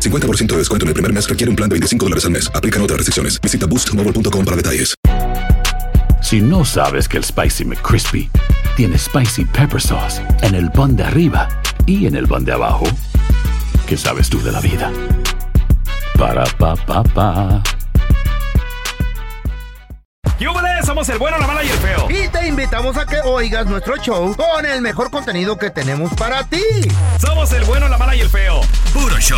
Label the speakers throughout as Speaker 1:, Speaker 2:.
Speaker 1: 50% de descuento en el primer mes requiere un plan de 25 dólares al mes. Aplican otras restricciones. Visita boostmobile.com para detalles.
Speaker 2: Si no sabes que el Spicy McCrispy tiene Spicy Pepper Sauce en el pan de arriba y en el pan de abajo, ¿qué sabes tú de la vida? Para, pa, pa, pa.
Speaker 3: ¡Yúbales! Somos el bueno, la mala y el feo.
Speaker 4: Y te invitamos a que oigas nuestro show con el mejor contenido que tenemos para ti.
Speaker 3: Somos el bueno, la mala y el feo. Puro show.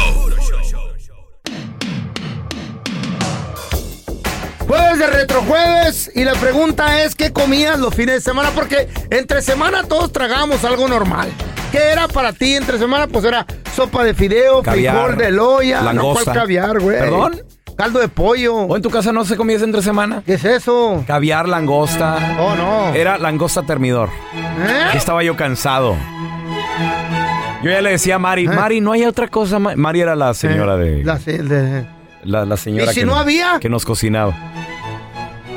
Speaker 4: Jueves Pues de retrojueves y la pregunta es ¿qué comías los fines de semana? Porque entre semana todos tragamos algo normal. ¿Qué era para ti entre semana? Pues era sopa de fideo,
Speaker 5: Caviar,
Speaker 4: frijol de loya,
Speaker 5: langosta.
Speaker 4: no, ¿cuál caviar, güey.
Speaker 5: ¿Perdón?
Speaker 4: Caldo de pollo. ¿O
Speaker 5: en tu casa no se comía ese entre semana?
Speaker 4: ¿Qué es eso?
Speaker 5: Caviar, langosta.
Speaker 4: Oh, no.
Speaker 5: Era langosta termidor.
Speaker 4: ¿Eh?
Speaker 5: Ya Estaba yo cansado. Yo ya le decía a Mari,
Speaker 4: ¿Eh?
Speaker 5: Mari, no hay otra cosa. Ma-". Mari era la señora de...
Speaker 4: La se- de-
Speaker 5: La, la señora
Speaker 4: ¿Y si
Speaker 5: que
Speaker 4: no
Speaker 5: nos-
Speaker 4: había?
Speaker 5: Que nos cocinaba.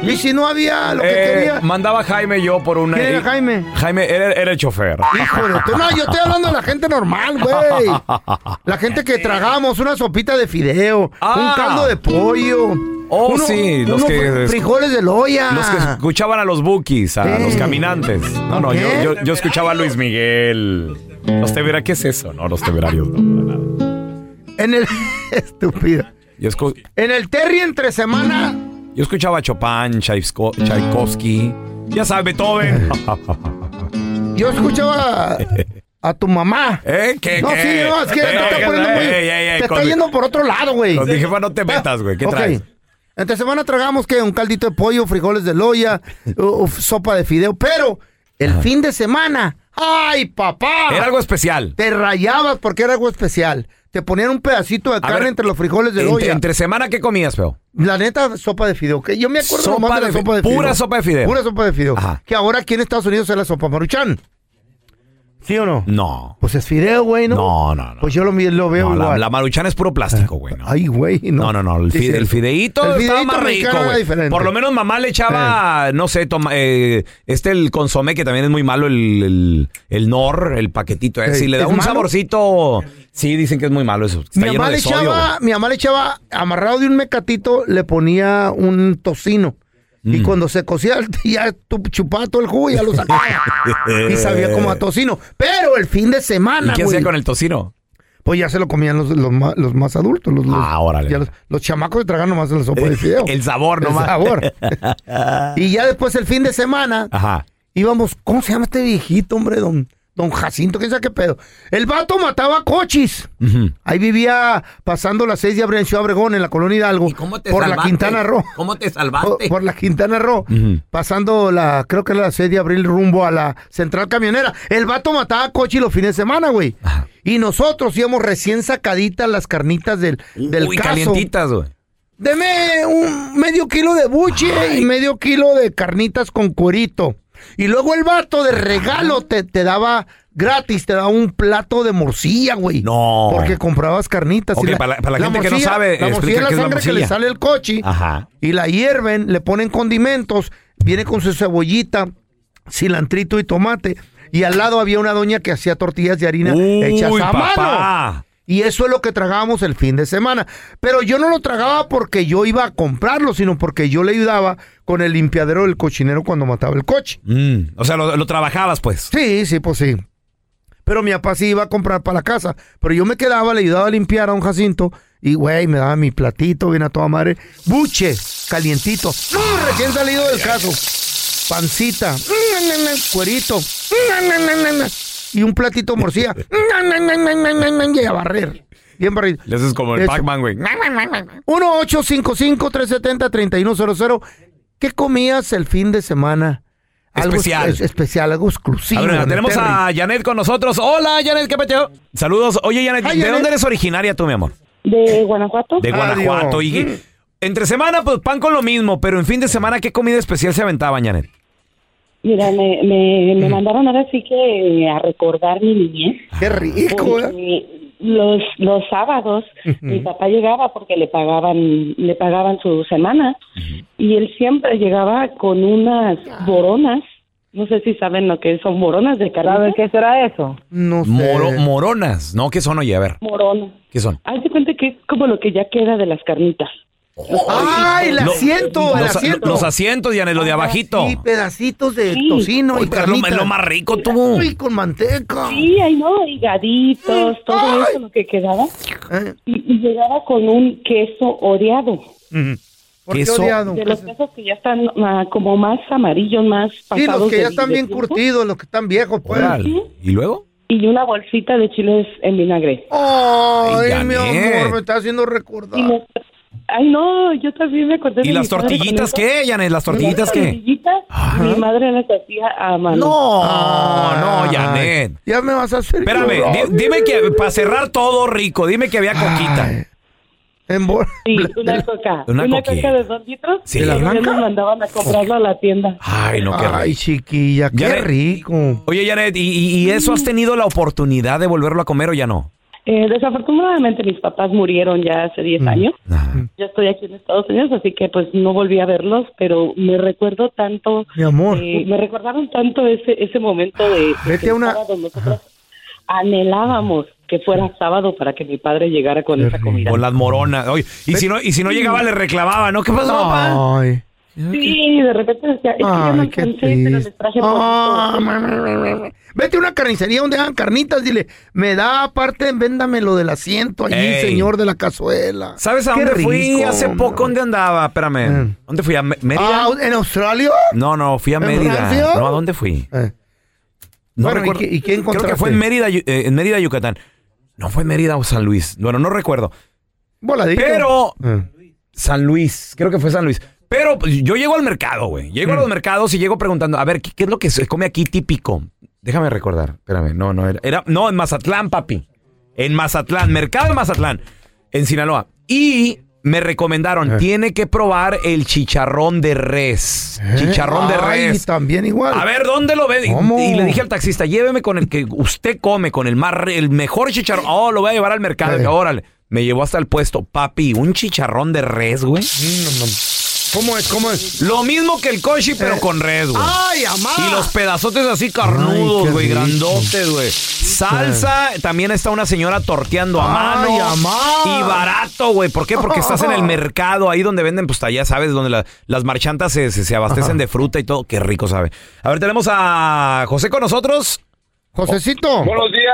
Speaker 4: Y si no había lo que
Speaker 5: Eh,
Speaker 4: quería.
Speaker 5: Mandaba a Jaime yo por una...
Speaker 4: ¿Quién era Jaime?
Speaker 5: Jaime era, era el chofer.
Speaker 4: Híjole, tú- no, yo estoy hablando de la gente normal, güey. La gente que tragamos una sopita de fideo,
Speaker 5: Ah.
Speaker 4: un caldo de pollo.
Speaker 5: Oh, sí, los
Speaker 4: unos
Speaker 5: que-
Speaker 4: frijoles de loya.
Speaker 5: Los que escuchaban a los bookies, a
Speaker 4: Sí.
Speaker 5: los caminantes. No, no, yo,
Speaker 4: ¿Qué?
Speaker 5: yo, yo escuchaba a Luis Miguel. Los temerarios, ¿qué es eso? No, los temerarios. no, para nada.
Speaker 4: En el. Estúpido.
Speaker 5: Yo, escu-
Speaker 4: En el Terry entre semana.
Speaker 5: yo escuchaba a Chopin, Chaisco- Tchaikovsky. Ya sabes, Beethoven.
Speaker 4: Yo escuchaba a, a tu mamá.
Speaker 5: ¿Eh? ¿Qué,
Speaker 4: No,
Speaker 5: qué?
Speaker 4: sí, no, es que te
Speaker 5: Eh,
Speaker 4: está
Speaker 5: eh,
Speaker 4: poniendo muy.
Speaker 5: eh, eh, eh,
Speaker 4: te está
Speaker 5: con-
Speaker 4: yendo por otro lado, güey.
Speaker 5: Los dije, bueno, no te metas, güey. ¿Qué
Speaker 4: Ok.
Speaker 5: traes?
Speaker 4: Entre semana tragamos que un caldito de pollo, frijoles de loya, u- uf, sopa de fideo, pero el fin de semana, ¡ay, papá!
Speaker 5: Era algo especial.
Speaker 4: Te rayabas porque era algo especial. Te ponían un pedacito de carne
Speaker 5: ver,
Speaker 4: entre los frijoles de
Speaker 5: Ent-
Speaker 4: loya.
Speaker 5: entre semana, ¿qué comías, feo?
Speaker 4: La neta, sopa de fideo. Que yo me acuerdo
Speaker 5: Sopa
Speaker 4: nomás de
Speaker 5: de
Speaker 4: la
Speaker 5: fi-
Speaker 4: sopa de fideo.
Speaker 5: pura sopa de fideo.
Speaker 4: Pura sopa de fideo.
Speaker 5: Ajá.
Speaker 4: Que ahora aquí en Estados Unidos es la sopa maruchan. ¿Sí o no?
Speaker 5: No.
Speaker 4: Pues es fideo, güey, ¿no?
Speaker 5: No, no, no.
Speaker 4: Pues yo lo, mi- lo veo
Speaker 5: No, la,
Speaker 4: igual.
Speaker 5: la maruchana es puro plástico, güey. no.
Speaker 4: Ay, güey, no.
Speaker 5: No, no, no. El,
Speaker 4: Sí,
Speaker 5: fide-
Speaker 4: sí.
Speaker 5: el fideíto
Speaker 4: El
Speaker 5: estaba
Speaker 4: fideíto
Speaker 5: más rico,
Speaker 4: mexicano era
Speaker 5: güey.
Speaker 4: diferente.
Speaker 5: Por lo menos mamá le echaba, no sé, toma- eh, este el consomé, que también es muy malo, el, el, el nor, el paquetito. eh.
Speaker 4: Sí.
Speaker 5: Si le da
Speaker 4: ¿Es
Speaker 5: un
Speaker 4: malo?
Speaker 5: saborcito, sí, dicen que es muy malo eso. Está
Speaker 4: Mi
Speaker 5: lleno
Speaker 4: mamá,
Speaker 5: de
Speaker 4: le
Speaker 5: sodio,
Speaker 4: echaba, mi mamá le echaba, amarrado de un mecatito, le ponía un tocino.
Speaker 5: Mm.
Speaker 4: Y cuando se cocía, el- ya tu- chupaba todo el jugo y ya lo sacaba.
Speaker 5: güey.
Speaker 4: y sabía como a
Speaker 5: Eh.
Speaker 4: tocino. Pero el fin de
Speaker 5: ¿Y
Speaker 4: semana,
Speaker 5: qué
Speaker 4: güey,
Speaker 5: hacía con el tocino?
Speaker 4: pues ya se lo comían los, los ma- los más adultos. Los, los-
Speaker 5: Ah, órale.
Speaker 4: ya los, los chamacos se tragan nomás la sopa de fideo.
Speaker 5: El sabor
Speaker 4: El
Speaker 5: nomás.
Speaker 4: sabor. y ya después el fin de semana,
Speaker 5: Ajá.
Speaker 4: íbamos, ¿cómo se llama este viejito, hombre? Don, don Jacinto, quién sabe qué pedo. El vato mataba coches. Ahí vivía pasando las seis de Abre- en Ciudad Obregón, en la colonia Hidalgo. por la Quintana Roo.
Speaker 5: ¿Cómo te
Speaker 4: Por, por la Quintana Roo, pasando la, creo que era la 6 de abril rumbo a la central camionera. El vato mataba coche los fines de semana, güey. Y nosotros íbamos recién sacaditas las carnitas del, del
Speaker 5: Uy,
Speaker 4: caso.
Speaker 5: calientitas, güey.
Speaker 4: Deme un medio kilo de buche y medio kilo de carnitas con cuerito. Y luego el vato de regalo te, te daba gratis, te daba un plato de morcilla, güey.
Speaker 5: No.
Speaker 4: Porque comprabas carnitas.
Speaker 5: Ok,
Speaker 4: y
Speaker 5: para la- para la gente que no sabe,
Speaker 4: la morcilla
Speaker 5: explica
Speaker 4: es la
Speaker 5: qué es la
Speaker 4: sangre que le
Speaker 5: morcilla.
Speaker 4: sale el coche.
Speaker 5: Ajá.
Speaker 4: Y la hierven, le ponen condimentos, viene con su cebollita, cilantrito y tomate. Y al lado había una doña que hacía tortillas de harina
Speaker 5: Uy,
Speaker 4: hechas a
Speaker 5: papá.
Speaker 4: mano. Y eso es lo que tragábamos el fin de semana. Pero yo no lo tragaba porque yo iba a comprarlo, sino porque yo le ayudaba con el limpiadero del cochinero cuando mataba el coche.
Speaker 5: Mm, O sea, lo, lo trabajabas, pues.
Speaker 4: Sí, sí, pues sí. Pero mi papá sí iba a comprar para la casa. Pero yo me quedaba, le ayudaba a limpiar a don Jacinto Y, güey, me daba mi platito, bien a toda madre. Buche, calientito. ¡Mmm! Recién salido del caso. Pancita. ¡Mmm, na, na, na! Cuerito. ¡Mmm, na, na, na, na! Y un platito morcilla. ¡Mmm, na, na, na, na, na, na! Y a barrer. Bien barrido.
Speaker 5: Le haces como el
Speaker 4: Eso.
Speaker 5: Pac-Man, güey.
Speaker 4: 1-855-370-3100. ¿Qué comías el fin de semana? Algo
Speaker 5: Especial.
Speaker 4: es- especial, algo exclusivo.
Speaker 5: A ver,
Speaker 4: don
Speaker 5: tenemos
Speaker 4: Terry.
Speaker 5: a Janet con nosotros. Hola, Janet, ¿qué peteo? Saludos. Oye, Janet, Ah,
Speaker 4: Ay,
Speaker 5: ¿de
Speaker 4: Janet.
Speaker 5: dónde eres originaria tú, mi amor?
Speaker 6: De Guanajuato.
Speaker 5: De
Speaker 4: Adiós.
Speaker 5: Guanajuato. Y, Entre semana, pues pan con lo mismo, pero en fin de semana, ¿qué comida especial se aventaban, Janet?
Speaker 6: Mira, me, me, me mandaron ahora sí que eh, a recordar mi niñez.
Speaker 4: Qué rico, ¿eh?
Speaker 6: porque Los, los sábados mi papá llegaba porque le pagaban le pagaban su semana y él siempre llegaba con unas boronas no sé si saben lo que son boronas de carne
Speaker 7: qué será eso?
Speaker 4: No sé.
Speaker 5: Moro- moronas, ¿no? ¿Qué son, oye? A ver,
Speaker 6: morona
Speaker 5: ¿qué son?
Speaker 6: haz de cuenta que es como lo que ya queda de las carnitas
Speaker 4: ¡Ay, el
Speaker 5: Lo-
Speaker 4: asiento! el
Speaker 5: Los,
Speaker 4: asiento.
Speaker 5: los asientos, Janet, los de abajito.
Speaker 4: Sí, pedacitos de
Speaker 6: Sí.
Speaker 4: tocino
Speaker 5: Oye,
Speaker 4: y
Speaker 5: pero es lo,
Speaker 4: carnita.
Speaker 5: es lo más rico, tú.
Speaker 4: Uy, con manteca.
Speaker 6: sí ahí no higaditos todo eso lo que quedaba
Speaker 4: Eh,
Speaker 6: y, y llegaba con un queso oreado
Speaker 4: ¿Por qué
Speaker 5: Queso.
Speaker 4: odiado?
Speaker 6: de los quesos que ya están ah, como más amarillos más
Speaker 4: Sí,
Speaker 6: pasados
Speaker 4: los que
Speaker 6: de-
Speaker 4: ya están
Speaker 6: de
Speaker 4: bien
Speaker 6: tiempo.
Speaker 4: curtidos, los que están viejos, pues.
Speaker 5: Órale. ¿Y luego?
Speaker 6: y una bolsita de chiles en vinagre
Speaker 4: Ay,
Speaker 5: Ay,
Speaker 4: mi
Speaker 5: Janet.
Speaker 4: amor, me está haciendo recordar.
Speaker 6: Y me- Ay, no, yo también me acordé de
Speaker 5: ¿Y
Speaker 6: mi
Speaker 5: las
Speaker 6: padre
Speaker 5: tortillitas
Speaker 6: con eso.
Speaker 5: qué, Janet? ¿Las
Speaker 6: Las
Speaker 5: tortillitas qué?
Speaker 6: tortillitas, mi madre las hacía a mano.
Speaker 5: No,
Speaker 4: Ah,
Speaker 5: no, Janet.
Speaker 4: Ya me vas a hacer
Speaker 5: Espérame,
Speaker 4: llorar.
Speaker 5: di- dime que para cerrar todo rico, dime que había
Speaker 4: Ay,
Speaker 5: coquita.
Speaker 4: en bol-
Speaker 6: Sí, una coca.
Speaker 5: una
Speaker 6: Una,
Speaker 5: coquita.
Speaker 6: coca de dos litros.
Speaker 5: Sí.
Speaker 6: Y
Speaker 5: ¿De la
Speaker 6: ya
Speaker 5: blanca?
Speaker 6: nos mandaban a comprarlo a la tienda.
Speaker 5: Ay, no, qué
Speaker 4: Ay,
Speaker 5: rico.
Speaker 4: chiquilla, qué
Speaker 5: Janet,
Speaker 4: rico.
Speaker 5: Oye, Janet, ¿y, y- y eso has tenido la oportunidad de volverlo a comer o ya no?
Speaker 6: Eh, desafortunadamente, mis papás murieron ya hace
Speaker 4: Mm.
Speaker 6: 10 años.
Speaker 4: Ah.
Speaker 6: Yo estoy aquí en Estados Unidos, así que pues no volví a verlos, pero me recuerdo tanto.
Speaker 4: Mi amor.
Speaker 6: eh, me recordaron tanto ese, ese momento de, de
Speaker 4: Vete
Speaker 6: que el
Speaker 4: a una-
Speaker 6: sábado nosotros anhelábamos que fuera sábado para que mi padre llegara con esa comida.
Speaker 5: O las moronas. Oye, y si no, y si no llegaba, le reclamaba, ¿no? ¿Qué pasó, papá?
Speaker 4: Ay,
Speaker 6: Sí, de repente decía, es que ya no
Speaker 4: ay, qué
Speaker 6: alcancé, pero les
Speaker 4: triste.
Speaker 6: traje
Speaker 4: Ah,
Speaker 6: poquito.
Speaker 4: ma, ma, ma, ma, ma. Vete a una carnicería donde hagan carnitas, dile, me da aparte, véndame lo del asiento allí,
Speaker 5: Ey.
Speaker 4: señor de la cazuela.
Speaker 5: ¿Sabes a
Speaker 4: Qué
Speaker 5: dónde fui
Speaker 4: rico,
Speaker 5: hace poco?
Speaker 4: hombre.
Speaker 5: ¿Dónde andaba? Espérame.
Speaker 4: Mm.
Speaker 5: ¿Dónde fui? ¿A Me- Mérida?
Speaker 4: Ah, ¿en Australia?
Speaker 5: No, no, fui a
Speaker 4: ¿En
Speaker 5: Mérida.
Speaker 4: Francia?
Speaker 5: No, ¿a dónde fui?
Speaker 4: Eh,
Speaker 5: No
Speaker 4: Bueno, ¿y
Speaker 5: recuerdo.
Speaker 4: qué- y qué
Speaker 5: Creo que fue
Speaker 4: encontraste?
Speaker 5: en Mérida, Yu- eh, en Mérida, Yucatán. No fue en Mérida o San Luis. Bueno, no recuerdo.
Speaker 4: voladito.
Speaker 5: Pero
Speaker 4: Eh.
Speaker 5: San Luis, creo que fue San Luis. Pero pues, yo llego al mercado, güey. Llego a los mercados y llego preguntando, a ver, ¿qué, qué es lo que se come aquí típico? Déjame recordar, espérame, no, no era, era- no, en Mazatlán, papi. En Mazatlán, mercado de Mazatlán, en Sinaloa. Y me recomendaron,
Speaker 4: Eh.
Speaker 5: tiene que probar el chicharrón de res.
Speaker 4: Eh,
Speaker 5: Chicharrón de
Speaker 4: ay,
Speaker 5: res.
Speaker 4: también igual.
Speaker 5: A ver, ¿dónde lo ve? Y-
Speaker 4: ¿Cómo?
Speaker 5: Y, le dije al taxista, lléveme con el que usted come, con el más re- el mejor chicharrón. Oh, lo voy a llevar al mercado.
Speaker 4: Eh.
Speaker 5: Órale. Me llevó hasta el puesto. Papi, un chicharrón de res, güey.
Speaker 4: Mm, no, no. ¿Cómo es? ¿Cómo es?
Speaker 5: Lo mismo que el cochi, pero
Speaker 4: Eh.
Speaker 5: con res, güey.
Speaker 8: Ah,
Speaker 4: ¡Ay, amá!
Speaker 5: Y los pedazotes así
Speaker 4: ¡Ah! Ay,
Speaker 5: carnudos,
Speaker 4: qué
Speaker 5: güey,
Speaker 4: rico.
Speaker 5: grandotes, güey. Salsa, también está una señora torteando a
Speaker 4: Ay,
Speaker 5: mano.
Speaker 4: amá.
Speaker 5: Y barato, güey. ¿Por qué? Porque estás en el mercado, ahí donde venden, pues ya sabes, donde la- las marchantas se, se- se abastecen de fruta y todo. Qué rico sabe. A ver, tenemos a José con nosotros.
Speaker 4: Josecito.
Speaker 9: Buenos días.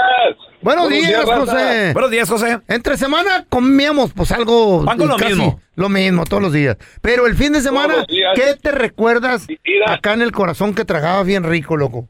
Speaker 4: Buenos, días,
Speaker 9: banda.
Speaker 4: José.
Speaker 5: Buenos días, José.
Speaker 4: Entre semana comíamos pues algo
Speaker 5: Pan con lo mismo.
Speaker 4: lo mismo todos los días. Pero el fin de semana,
Speaker 9: los días.
Speaker 4: ¿qué te recuerdas
Speaker 9: Mira.
Speaker 4: acá en el corazón que tragabas bien rico, loco?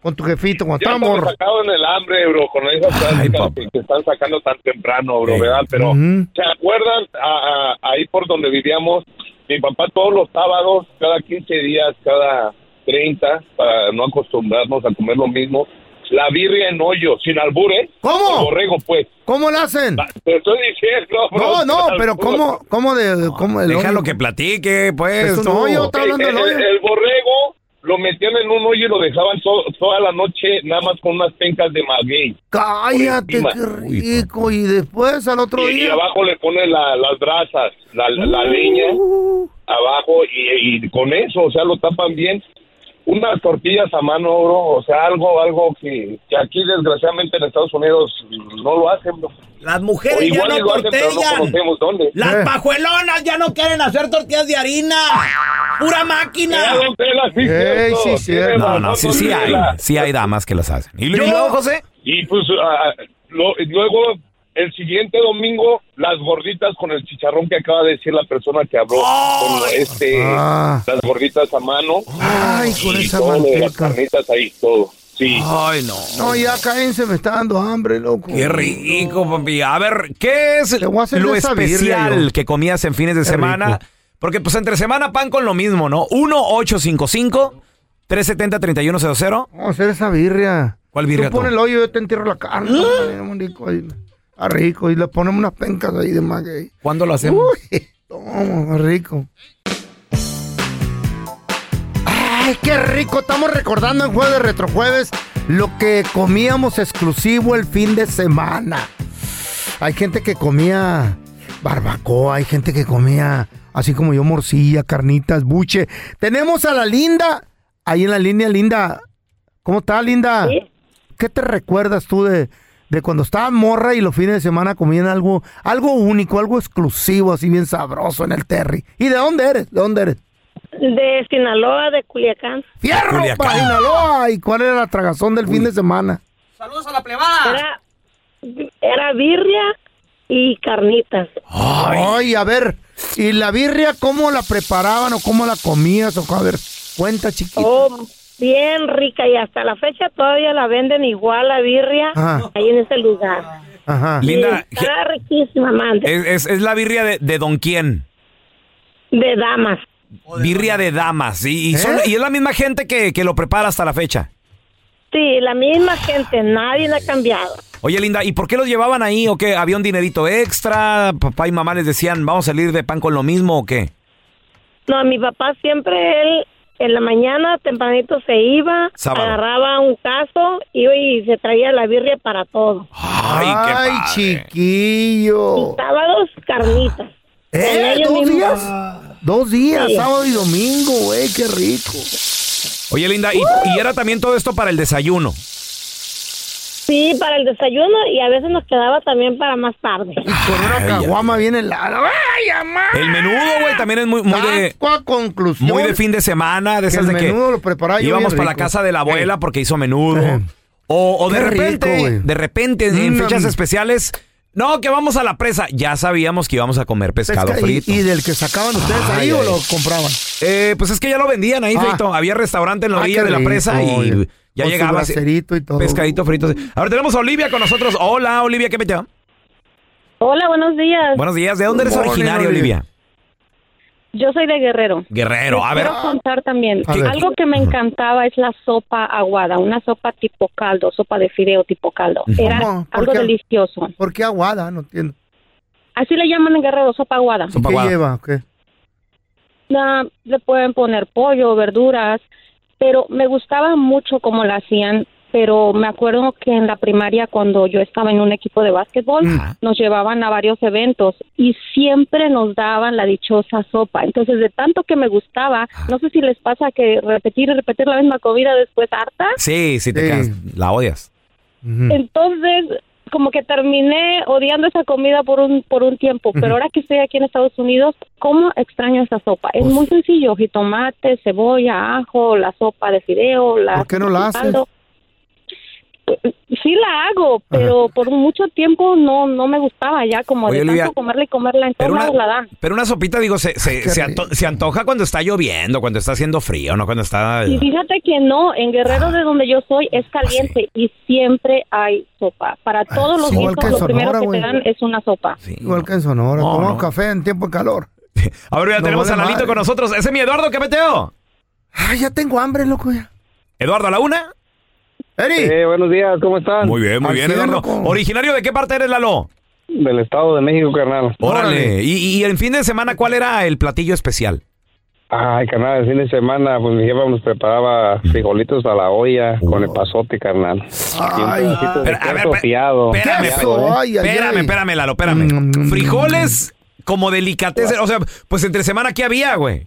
Speaker 4: Con tu jefito, cuando
Speaker 9: Ya
Speaker 4: estaba
Speaker 9: estamos
Speaker 4: morro.
Speaker 9: sacados en el hambre, bro, con esas pláticas
Speaker 5: papá.
Speaker 9: que, que están sacando tan temprano, bro,
Speaker 5: Ey.
Speaker 9: ¿verdad? Pero,
Speaker 4: Eh, Ujú.
Speaker 9: ¿se acuerdan A- a- ahí por donde vivíamos? Mi papá todos los sábados, cada 15 días, cada 30, para no acostumbrarnos a comer lo mismo, la birria en hoyo, sin albur, ¿eh?
Speaker 4: ¿Cómo?
Speaker 9: Con borrego, pues.
Speaker 4: ¿Cómo lo hacen?
Speaker 9: Va, Te estoy diciendo, bro,
Speaker 4: No, no,
Speaker 9: sin
Speaker 4: pero
Speaker 9: albur.
Speaker 4: ¿cómo, cómo de, cómo el
Speaker 5: Déjalo
Speaker 4: hoyo?
Speaker 5: que platique, pues.
Speaker 4: Es un
Speaker 5: tú.
Speaker 4: hoyo, está
Speaker 9: El,
Speaker 4: hablando del
Speaker 9: el-
Speaker 4: hoyo.
Speaker 9: el borrego lo metían en un hoyo y lo dejaban to- toda la noche, nada más con unas pencas de maguey.
Speaker 4: Cállate,
Speaker 9: encima.
Speaker 4: qué rico. Y después al otro
Speaker 9: Y, y
Speaker 4: día.
Speaker 9: abajo le pone la- las brasas, la, la- la leña
Speaker 4: Uh,
Speaker 9: abajo y, y con eso, o sea, lo tapan bien. Unas tortillas a mano, bro, o sea, algo, algo que, que aquí desgraciadamente en Estados Unidos no lo hacen, bro.
Speaker 5: Las
Speaker 9: O
Speaker 5: mujeres
Speaker 9: igual y lo hacen, pero no conocemos dónde.
Speaker 4: Eh.
Speaker 5: pajuelonas ya no quieren hacer tortillas de harina. Pura máquina.
Speaker 9: Mira, Eh, don Tela, sí,
Speaker 4: Ey,
Speaker 9: cierto,
Speaker 4: sí,
Speaker 9: tiene
Speaker 4: cierto.
Speaker 5: No,
Speaker 9: razón,
Speaker 5: no, sí,
Speaker 9: don
Speaker 5: sí hay.
Speaker 9: Tela.
Speaker 5: Sí hay damas que las hacen. ¿Y,
Speaker 9: Yo-
Speaker 5: luego, José?
Speaker 9: Y pues ah, lo- y luego el siguiente domingo las gorditas con el chicharrón que acaba de decir la persona que habló con este
Speaker 4: Ah.
Speaker 9: las gorditas a mano
Speaker 4: Ay, con
Speaker 9: y
Speaker 4: esa
Speaker 9: todo lo de las
Speaker 4: manteca.
Speaker 9: carnitas ahí todo sí
Speaker 5: Ay, no.
Speaker 4: No, ya cállense, me está dando hambre, loco.
Speaker 5: Qué rico, papi. A ver, ¿qué es
Speaker 4: Le voy a hacer
Speaker 5: lo
Speaker 4: de esa birria
Speaker 5: especial
Speaker 4: yo.
Speaker 5: que comías en fines de
Speaker 4: Qué rico.
Speaker 5: semana? Porque pues entre semana pan con lo mismo, ¿no? 1-855-370-3100.
Speaker 4: Vamos a hacer esa birria.
Speaker 5: ¿Cuál birria,
Speaker 4: Tú pon
Speaker 5: tú?
Speaker 4: el hoyo, yo te entierro la carne. hombre, muy rico ahí. Ah, rico. Y le ponemos unas pencas ahí de más que ahí.
Speaker 5: ¿Cuándo lo hacemos?
Speaker 4: Uy, toma, rico. Ay, qué rico. Estamos recordando en jueves retrojueves lo que comíamos exclusivo el fin de semana. Hay gente que comía barbacoa, hay gente que comía así como yo morcilla, carnitas, buche. Tenemos a la Linda ahí en la línea, Linda. ¿Cómo estás, Linda? ¿Qué te recuerdas tú de, de cuando estabas morra y los fines de semana comían algo, algo único, algo exclusivo, así bien sabroso en el Terry? ¿Y de dónde eres? ¿De dónde eres?
Speaker 7: De Sinaloa, de Culiacán.
Speaker 4: ¡Fierro
Speaker 5: Culiacán.
Speaker 4: para Sinaloa! ¿Y cuál era la tragazón del fin de semana?
Speaker 7: Era, era birria y carnitas.
Speaker 4: Ay. a ver, ¿y la birria cómo la preparaban o cómo la comías? O, a ver, cuenta, chiquita.
Speaker 7: Oh, bien rica y hasta la fecha todavía la venden igual la birria
Speaker 4: Ajá.
Speaker 7: ahí en ese lugar.
Speaker 4: Ajá.
Speaker 5: Linda,
Speaker 7: Y está riquísima, man, de,
Speaker 5: es, es- es la birria de, de Don Quién.
Speaker 7: de damas.
Speaker 5: Birria de damas. Y, y son-
Speaker 4: ¿Eh?
Speaker 5: y es la misma gente que, que lo prepara hasta la fecha.
Speaker 7: Sí, la misma gente, nadie la ha cambiado.
Speaker 5: Oye, Linda, ¿y por qué los llevaban ahí o qué? ¿Había un dinerito extra? ¿Papá y mamá les decían, vamos a salir de pan con lo mismo o qué?
Speaker 7: No, mi papá siempre, él en la mañana tempranito se iba,
Speaker 5: Sábado.
Speaker 7: agarraba un caso iba y se traía la birria para todo.
Speaker 5: Ay,
Speaker 4: chiquillo.
Speaker 7: Sábados, carnitas.
Speaker 4: ¿Eh?
Speaker 7: ellos
Speaker 4: ¿Dos
Speaker 7: mismos.
Speaker 4: días? Dos días,
Speaker 7: Sí.
Speaker 4: sábado y domingo, güey, qué rico.
Speaker 5: Oye, Linda, ¿y, y era también todo esto para el desayuno.
Speaker 7: Sí, para el desayuno y a veces nos quedaba también para más tarde.
Speaker 4: Con una caguama bien helada. ¡Ay, amá!
Speaker 5: El menudo, güey, también es muy, muy de...
Speaker 4: Saco a conclusión.
Speaker 5: Muy de fin de semana, de
Speaker 4: Que
Speaker 5: esas
Speaker 4: el
Speaker 5: de que
Speaker 4: menudo lo preparaba yo
Speaker 5: íbamos
Speaker 4: bien
Speaker 5: para la
Speaker 4: rico.
Speaker 5: casa de la abuela
Speaker 4: Eh.
Speaker 5: porque hizo menudo.
Speaker 4: Eh.
Speaker 5: O, o de
Speaker 4: Qué
Speaker 5: repente,
Speaker 4: rico, güey.
Speaker 5: de repente, en
Speaker 4: Mm,
Speaker 5: fechas
Speaker 4: mm.
Speaker 5: especiales, no, que vamos a la presa. Ya sabíamos que íbamos a comer pescado
Speaker 4: Pesca- y-
Speaker 5: frito.
Speaker 4: Y, del que sacaban ustedes ahí
Speaker 5: Ay,
Speaker 4: o
Speaker 5: ay.
Speaker 4: lo compraban.
Speaker 5: Eh, pues es que ya lo vendían ahí,
Speaker 4: Ah.
Speaker 5: Feito. Había restaurante en la
Speaker 4: Ah,
Speaker 5: orilla
Speaker 4: qué
Speaker 5: de la
Speaker 4: rico,
Speaker 5: presa y
Speaker 4: oye.
Speaker 5: ya
Speaker 4: Con su
Speaker 5: llegaba. así,
Speaker 4: braserito y todo.
Speaker 5: Pescadito frito. así. Ahora tenemos a Olivia con nosotros. Hola, Olivia, ¿qué peteo?
Speaker 7: Hola, buenos días.
Speaker 5: Buenos días. ¿De dónde
Speaker 4: Good
Speaker 5: eres
Speaker 4: morning,
Speaker 5: originaria, Olivia?
Speaker 4: Olivia.
Speaker 7: Yo soy de Guerrero.
Speaker 5: Guerrero. A ver.
Speaker 7: Quiero contar también.
Speaker 4: A ver.
Speaker 7: Algo que me encantaba es la sopa aguada, una sopa tipo caldo, sopa de fideo tipo caldo. Era
Speaker 4: ¿Cómo? ¿Por
Speaker 7: algo
Speaker 4: qué?
Speaker 7: delicioso.
Speaker 4: ¿Por qué aguada? No entiendo.
Speaker 7: Así le llaman en Guerrero, sopa aguada.
Speaker 5: Sopa
Speaker 4: ¿Qué
Speaker 5: aguada.
Speaker 4: lleva? ¿Qué?
Speaker 7: Ah, le pueden poner pollo, verduras, pero me gustaba mucho cómo la hacían. Pero me acuerdo que en la primaria, cuando yo estaba en un equipo de básquetbol,
Speaker 5: Ajá.
Speaker 7: nos llevaban a varios eventos y siempre nos daban la dichosa sopa. Entonces, de tanto que me gustaba, no sé si les pasa que repetir y repetir la misma comida después harta.
Speaker 5: Sí, sí, te
Speaker 4: Sí.
Speaker 5: quedas. La odias.
Speaker 4: Ujú.
Speaker 7: Entonces, como que terminé odiando esa comida por un por un tiempo, pero ahora que estoy aquí en Estados Unidos, ¿cómo extraño esa sopa? Es
Speaker 4: Pues-
Speaker 7: muy sencillo, jitomate, cebolla, ajo, la sopa de fideo, la
Speaker 4: ¿Por qué no la haces?
Speaker 7: caldo. Sí la hago, pero por mucho tiempo no no me gustaba ya como
Speaker 5: Oye,
Speaker 7: de
Speaker 5: Olivia,
Speaker 7: tanto comerla y comerla en todos
Speaker 10: Pues
Speaker 5: Pero una,
Speaker 7: lados la dan.
Speaker 5: pero una sopita, digo, se, se,
Speaker 4: qué
Speaker 5: se, anto- se antoja cuando está lloviendo, cuando está haciendo frío, no cuando está...
Speaker 7: Y fíjate que no, en Guerrero
Speaker 4: Ah.
Speaker 7: de donde yo soy
Speaker 4: Pues
Speaker 7: es caliente y siempre hay sopa. Para todos los
Speaker 4: sí, igual
Speaker 7: hijos
Speaker 4: que
Speaker 7: lo
Speaker 4: Sonora,
Speaker 7: primero que
Speaker 4: güey.
Speaker 7: te dan es una sopa.
Speaker 5: Sí,
Speaker 4: Igual
Speaker 5: no.
Speaker 4: que en Sonora.
Speaker 5: No,
Speaker 4: Tomamos
Speaker 5: no.
Speaker 4: café en tiempo de calor.
Speaker 5: A ver, ya
Speaker 4: No
Speaker 5: tenemos
Speaker 4: vale
Speaker 5: a Lalito
Speaker 4: madre.
Speaker 5: con nosotros. Ese es mi Eduardo, ¿qué meteo?
Speaker 4: Ay, ya tengo hambre, loco. Ya.
Speaker 5: Eduardo, ¿a la una?
Speaker 4: Eri,
Speaker 10: Eh, buenos días, ¿cómo están?
Speaker 5: Muy bien, muy
Speaker 4: Al
Speaker 5: bien,
Speaker 4: cien,
Speaker 5: Eduardo.
Speaker 4: loco.
Speaker 5: ¿Originario de qué parte eres, Lalo?
Speaker 10: Del Estado de México, carnal.
Speaker 5: Órale. Y, y el fin de semana, ¿cuál era el platillo especial?
Speaker 10: Ay, carnal, el fin de semana, pues mi jefa nos preparaba frijolitos a la olla con el pasote, carnal. Y un
Speaker 4: Ay.
Speaker 10: pedacito de
Speaker 5: Pero, a ver, pues.
Speaker 10: queso
Speaker 5: pe-
Speaker 10: fiado.
Speaker 5: Espérame,
Speaker 4: Queso,
Speaker 5: espérame,
Speaker 4: ay, ay,
Speaker 5: espérame,
Speaker 4: ay.
Speaker 5: espérame, Lalo, espérame.
Speaker 4: Mm, mm,
Speaker 5: Frijoles como delicatessen. O sea, pues entre semana, ¿qué había, güey?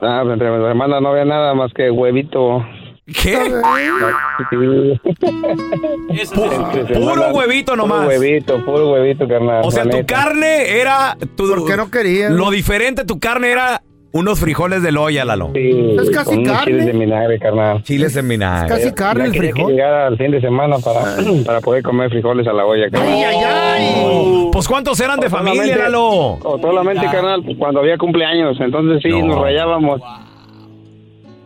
Speaker 10: Ah, pues, entre la semana no había nada más que huevito.
Speaker 5: ¿Qué?
Speaker 10: Entre
Speaker 5: Puro
Speaker 10: semana,
Speaker 5: huevito nomás.
Speaker 10: Puro huevito, puro huevito, carnal.
Speaker 5: O sea,
Speaker 10: la
Speaker 5: tu
Speaker 10: neta.
Speaker 5: carne era... Tu,
Speaker 4: ¿Por qué no querías?
Speaker 5: Lo diferente, tu carne era unos frijoles de loya, Lalo.
Speaker 4: Es casi
Speaker 10: con unos
Speaker 4: carne.
Speaker 10: Chiles en vinagre, carnal.
Speaker 5: Chiles en vinagre.
Speaker 4: Es casi carne el
Speaker 10: ya quería
Speaker 4: frijol.
Speaker 10: que llegara al fin de semana para, para poder comer frijoles a la olla, carnal.
Speaker 5: Pues ¿cuántos eran de familia,
Speaker 10: solamente-
Speaker 5: Lalo?
Speaker 10: O solamente, carnal, cuando había cumpleaños. Entonces sí, nos rayábamos.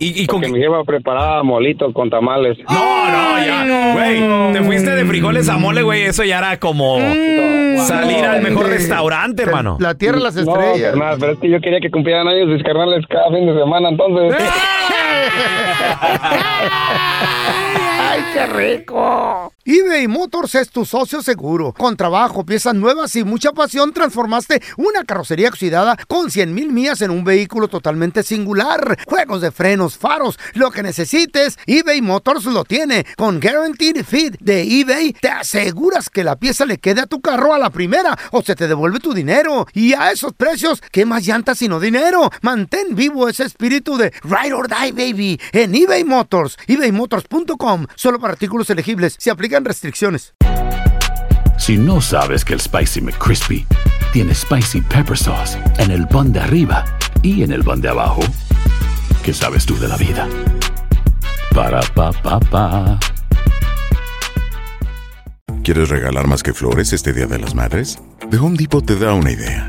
Speaker 5: ¿Y,
Speaker 10: con mi jefa preparaba molitos con tamales.
Speaker 5: No, ya, güey, te fuiste de frijoles a mole, güey, eso ya era como
Speaker 4: Mm.
Speaker 5: salir al mejor restaurante, hermano.
Speaker 4: Eh, La tierra de las
Speaker 10: No,
Speaker 4: estrellas.
Speaker 10: carnal, pero es que yo quería que cumplieran años mis carnales cada fin de semana, entonces.
Speaker 4: ¡Ay, qué rico! eBay Motors es tu socio seguro. Con trabajo, piezas nuevas y mucha pasión, transformaste una carrocería oxidada con 100 mil millas en un vehículo totalmente singular. Juegos de frenos, faros, lo que necesites, eBay Motors lo tiene. Con Guaranteed Fit de eBay, te aseguras que la pieza le quede a tu carro a la primera o se te devuelve tu dinero. Y a esos precios, ¿qué más llantas sino dinero? Mantén vivo ese espíritu de Ride or Die, baby, en eBay Motors. ebaymotors.com. Solo para artículos elegibles. Se aplican restricciones.
Speaker 2: Si no sabes que el Spicy McCrispy tiene Spicy Pepper Sauce en el pan de arriba y en el pan de abajo, ¿qué sabes tú de la vida? Para, pa, pa, pa.
Speaker 11: ¿Quieres regalar más que flores este Día de las Madres? The Home Depot te da una idea.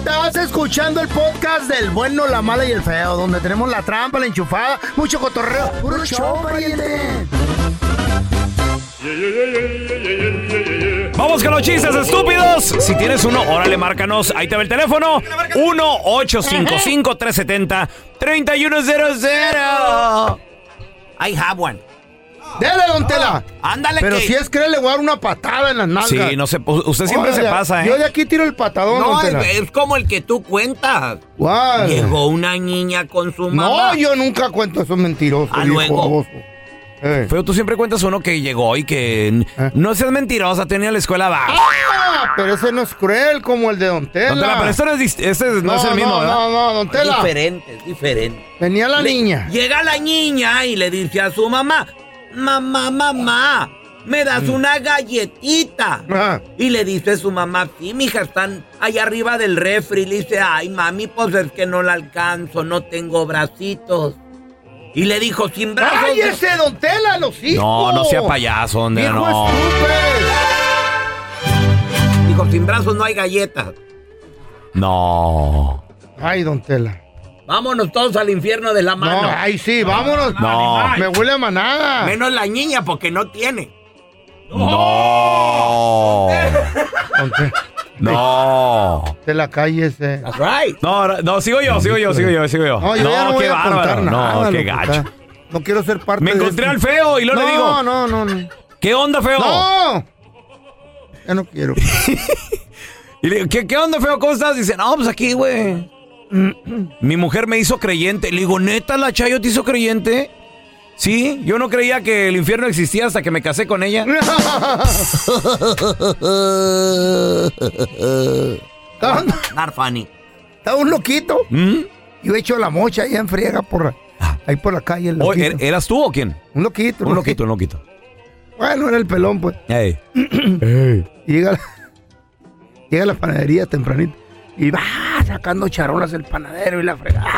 Speaker 4: Estás escuchando el podcast del bueno, la mala y el feo, donde tenemos la trampa, la enchufada, mucho cotorreo. ¡Puro show, pariente!
Speaker 5: Vamos con los chistes estúpidos. Si tienes uno, órale, márcanos. Ahí te ve el teléfono. 1-855-370-3100. I have one. Ah.
Speaker 4: Dele, don Tela.
Speaker 5: Ándale,
Speaker 4: Pero
Speaker 5: que-
Speaker 4: si es que le voy a dar una patada en las nalgas.
Speaker 5: Sí, no sé. Usted siempre se
Speaker 4: Órale,
Speaker 5: pasa, ¿eh?
Speaker 4: Yo de aquí tiro el patadón,
Speaker 12: No,
Speaker 4: don
Speaker 12: es,
Speaker 4: Tela.
Speaker 12: es como el que tú cuentas.
Speaker 4: ¿Cuál?
Speaker 12: Llegó una niña con su mamá.
Speaker 4: No, yo nunca cuento esos mentirosos.
Speaker 12: Ah,
Speaker 4: viejo
Speaker 12: luego.
Speaker 4: baboso.
Speaker 5: Feo, tú siempre cuentas uno que llegó y que n- no seas mentirosa, tenía la escuela baja.
Speaker 4: Eh. Ah, pero ese no es cruel como el de Don Tela.
Speaker 5: Don Tela, pero este no es, dist- este no es el mismo,
Speaker 4: no,
Speaker 5: ¿verdad?
Speaker 4: No, no, Don Tela.
Speaker 12: Diferente, es diferente.
Speaker 4: Venía la
Speaker 12: Le-
Speaker 4: niña.
Speaker 12: Llega la niña y le dice a su mamá, mamá, mamá, me das
Speaker 4: Mm.
Speaker 12: una galletita.
Speaker 4: Ah.
Speaker 12: Y le dice su mamá, sí, mija, están allá arriba del refri. Le dice, ay, mami, pues es que no la alcanzo, no tengo bracitos. Y le dijo, sin brazos.
Speaker 4: ¡Cállese, Don Tela, los hijos!
Speaker 5: No, no sea payaso, donde
Speaker 4: este
Speaker 5: no.
Speaker 12: Dijo, sin brazos no hay galletas.
Speaker 5: No.
Speaker 4: Ay, Don Tela.
Speaker 12: Vámonos todos al infierno de la mano.
Speaker 4: No, ay, sí, vámonos.
Speaker 5: No.
Speaker 4: Me huele a manada.
Speaker 12: Menos la niña, porque no tiene.
Speaker 5: No. No.
Speaker 4: Te la cállese.
Speaker 12: That's right.
Speaker 5: No, no, no, sigo yo, sigo yo, sigo yo, sigo yo.
Speaker 4: No, yo ya no voy
Speaker 5: qué
Speaker 4: a contar
Speaker 5: bárbaro.
Speaker 4: nada,
Speaker 5: No, qué
Speaker 4: loco,
Speaker 5: gacho.
Speaker 4: está. No quiero ser parte
Speaker 5: Me
Speaker 4: de
Speaker 5: encontré
Speaker 4: esto.
Speaker 5: al feo y luego le digo-
Speaker 4: No, no, no, no.
Speaker 5: ¿Qué onda, feo?
Speaker 4: ¡No! Ya no quiero.
Speaker 5: Y le digo, ¿qué, qué onda, feo? ¿Cómo estás? Dice, no, pues aquí, güey. Mi mujer me hizo creyente. Le digo, ¿neta la Chayo te hizo creyente? Sí, yo no creía que el infierno existía hasta que me casé con ella.
Speaker 12: Not funny.
Speaker 4: Estaba un loquito.
Speaker 5: ¿Mm?
Speaker 4: Yo he hecho la mocha ahí en friega por ahí por la calle. el
Speaker 5: Oh,
Speaker 4: loquito.
Speaker 5: ¿er- ¿Eras tú o quién?
Speaker 4: Un loquito.
Speaker 5: Un loquito, un loquito.
Speaker 4: Bueno, era el pelón, pues.
Speaker 5: Ey.
Speaker 4: Y Llega, la- llega a la panadería tempranito. Y va sacando charolas el panadero y la fregada.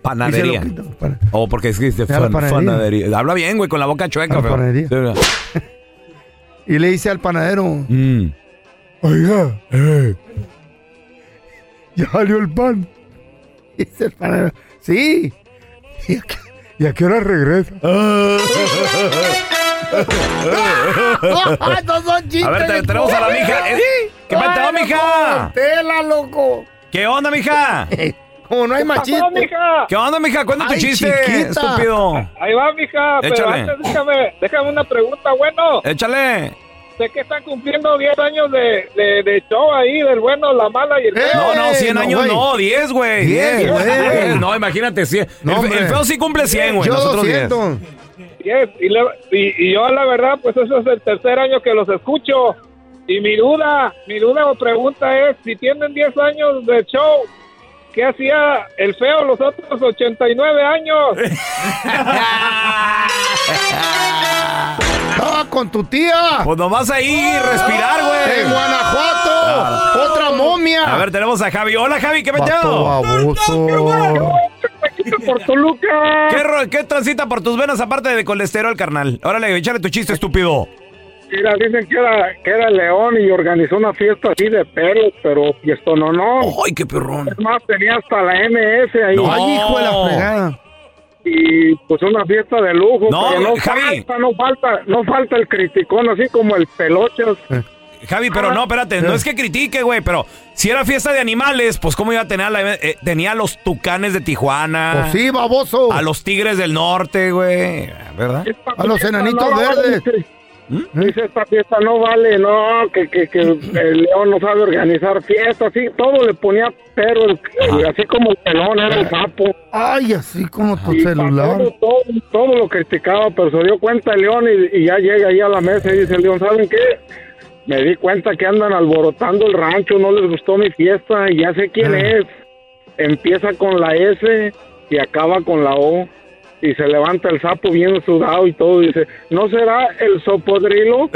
Speaker 5: Panadería.
Speaker 4: Dice
Speaker 5: O porque escribiste
Speaker 4: Ya la
Speaker 5: fan-
Speaker 4: panadería.
Speaker 5: panadería. Habla bien, güey, con la boca chueca,
Speaker 4: La
Speaker 5: feo.
Speaker 4: panadería.
Speaker 5: Sí, ¿verdad?
Speaker 4: Y le dice al panadero,
Speaker 5: Mm.
Speaker 4: oiga, eh, ya salió el pan. Y dice el panadero, sí. ¿Y a qué, y a qué hora regresa? Ah, no son chistes.
Speaker 5: A ver, te- tenemos a la mija. Eh, ¿Qué pasó, mija?
Speaker 4: Tela, loco.
Speaker 5: ¿Qué onda, mija?
Speaker 4: Como no hay
Speaker 5: ¿Qué pasó,
Speaker 4: machista.
Speaker 5: mija? ¿Qué onda, mija? Cuenta tu
Speaker 4: Ay,
Speaker 5: chiste,
Speaker 4: chiquita.
Speaker 5: estúpido.
Speaker 10: Ahí va, mija, pero
Speaker 5: Échale.
Speaker 10: antes déjame, déjame una pregunta, bueno.
Speaker 5: Échale.
Speaker 13: sé que están cumpliendo 10 años de, de, de show ahí, del bueno, la mala y el feo.
Speaker 5: No,
Speaker 4: Eh,
Speaker 5: no, 100 años
Speaker 13: Eh, güey.
Speaker 5: no, 10, güey.
Speaker 13: 10,
Speaker 5: 10,
Speaker 13: güey.
Speaker 5: 10, No, imagínate, 100.
Speaker 13: No,
Speaker 5: el,
Speaker 13: hombre.
Speaker 5: el feo sí cumple 100, güey.
Speaker 13: Yo
Speaker 5: Nosotros 10.
Speaker 13: 200. Yes, y, le- y- y yo la verdad, pues eso es el tercer año que los escucho. Y mi duda, mi duda o pregunta es, si tienen 10 años de show, ¿qué hacía el feo los otros 89 años?
Speaker 4: Estaba con tu tía.
Speaker 5: Pues nomás ahí, respirar, güey.
Speaker 4: En Guanajuato.
Speaker 5: Claro.
Speaker 4: Otra momia.
Speaker 5: A ver, tenemos a Javi. Hola, Javi, ¿qué
Speaker 4: Vato
Speaker 5: metido?
Speaker 4: baboso.
Speaker 13: por Toluca.
Speaker 5: ¿Qué, ro- ¿Qué transita por tus venas aparte de colesterol, carnal? Órale, échale tu chiste, estúpido.
Speaker 13: Mira, dicen que era, que era león y organizó una fiesta así de perros, pero esto no, no.
Speaker 5: ¡Ay, qué perrón!
Speaker 13: Es más, tenía hasta la MS ahí.
Speaker 5: No. Ay, hijo de la fregada.
Speaker 13: Y pues una fiesta de lujo.
Speaker 5: No,
Speaker 13: pero no
Speaker 5: Javi.
Speaker 13: falta, no falta, no falta el criticón, así como el pelochas.
Speaker 5: Eh. Javi,
Speaker 4: Ah.
Speaker 5: pero no, espérate, no es que critique, güey, pero si era fiesta de animales, pues cómo iba a tener la- eh, tenía a los tucanes de Tijuana.
Speaker 4: Pues sí, baboso.
Speaker 5: A los tigres del norte, güey. ¿Verdad?
Speaker 4: A los enanitos
Speaker 13: No, no,
Speaker 4: verdes. ¿Mm?
Speaker 13: dice- Dice, esta fiesta no vale, no, que, que, que el león no sabe organizar fiestas, así, todo le ponía pero, el- el- así como el pelón era el sapo.
Speaker 4: Ay, así como tu
Speaker 13: Y
Speaker 4: celular.
Speaker 13: Todo, todo, todo lo criticaba, pero se dio cuenta el león y, y ya llega ahí a la mesa y dice el león, ¿saben qué? Me di cuenta que andan alborotando el rancho, no les gustó mi fiesta y ya sé quién es. Empieza con la S y acaba con la O. Y se levanta el sapo bien sudado y todo. y dice, ¿no será el sopodrilo?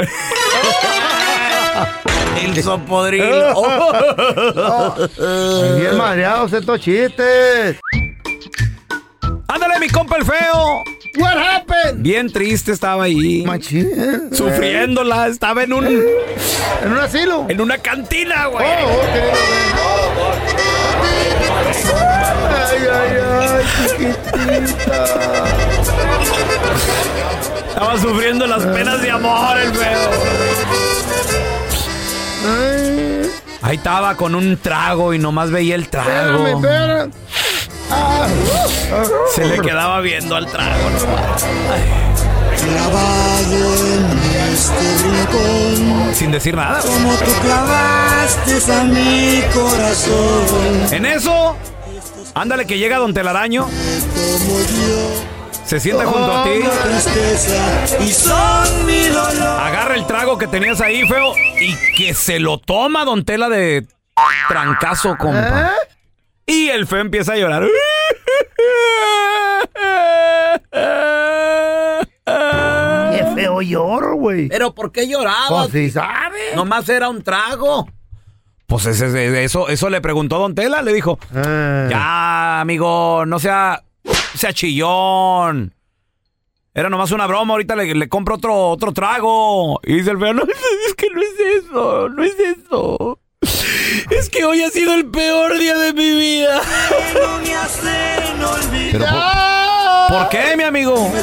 Speaker 12: El sopodrilo.
Speaker 4: Bien mareados estos chistes.
Speaker 5: Ándale, ¡Eh, mi compa el feo.
Speaker 4: What happened?
Speaker 5: Bien triste estaba ahí.
Speaker 4: Machín.
Speaker 5: Sufriéndola, estaba en un.
Speaker 4: ¿En un asilo?
Speaker 5: En una cantina, güey.
Speaker 4: Oh. Ay, ay, ay, chiquitita.
Speaker 5: Estaba sufriendo las penas de amor el feo. Ahí estaba con un trago y nomás veía el trago.
Speaker 4: Espérame, espérame. Ah, ah.
Speaker 5: Se le quedaba viendo al trago. nomás.
Speaker 8: Clavado en este rincón.
Speaker 5: Sin decir nada.
Speaker 8: Como tú clavaste a mi corazón.
Speaker 5: En eso, ándale que llega Don Telaraño. Se sienta junto a ti.
Speaker 8: Toma tristeza y son mi dolor.
Speaker 5: Agarra el trago que tenías ahí, feo, y que se lo toma Don Tela de trancazo, compa. Y el feo empieza a llorar.
Speaker 4: Qué feo lloro, güey.
Speaker 12: Pero ¿por qué lloraba?
Speaker 4: Pues sí sabe.
Speaker 12: Nomás era un trago.
Speaker 5: Pues ese- ese- eso, eso le preguntó Don Tela, le dijo,
Speaker 4: Ah.
Speaker 5: ya, amigo, no sea, sea chillón. Era nomás una broma, ahorita le, le compro otro, otro trago. Y dice el feo, no, es que no es eso, no es eso. Es que hoy ha sido el peor día de mi vida.
Speaker 8: No me hacen olvidar.
Speaker 5: Pero por, ¿por qué, mi amigo?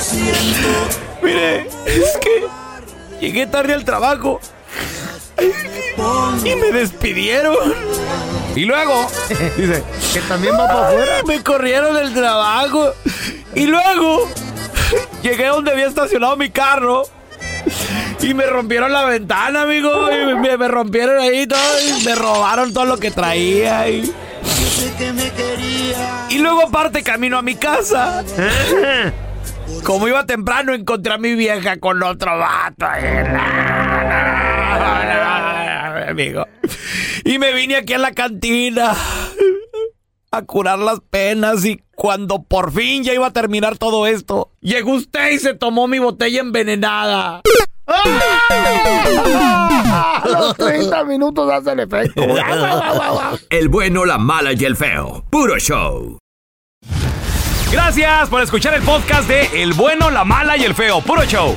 Speaker 5: Mire, es que llegué tarde al trabajo y me despidieron. Y luego, dice,
Speaker 4: que también va para afuera.
Speaker 5: Me corrieron del trabajo. Y luego, llegué donde había estacionado mi carro. Y me rompieron la ventana, amigo. Y me, me rompieron ahí todo. Y me robaron todo lo que traía. Y, y luego, aparte, camino a mi casa. Como iba temprano, encontré a mi vieja con otro vato. Amigo. Y me vine aquí a la cantina a curar las penas y cuando por fin ya iba a terminar todo esto, llegó usted y se tomó mi botella envenenada.
Speaker 4: A los 30 minutos hace el efecto. güey.
Speaker 3: El bueno, la mala y el feo. Puro show.
Speaker 5: Gracias por escuchar el podcast de El bueno, la mala y el feo. Puro show.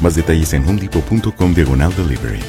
Speaker 11: Más detalles en homedepot.com diagonal delivery.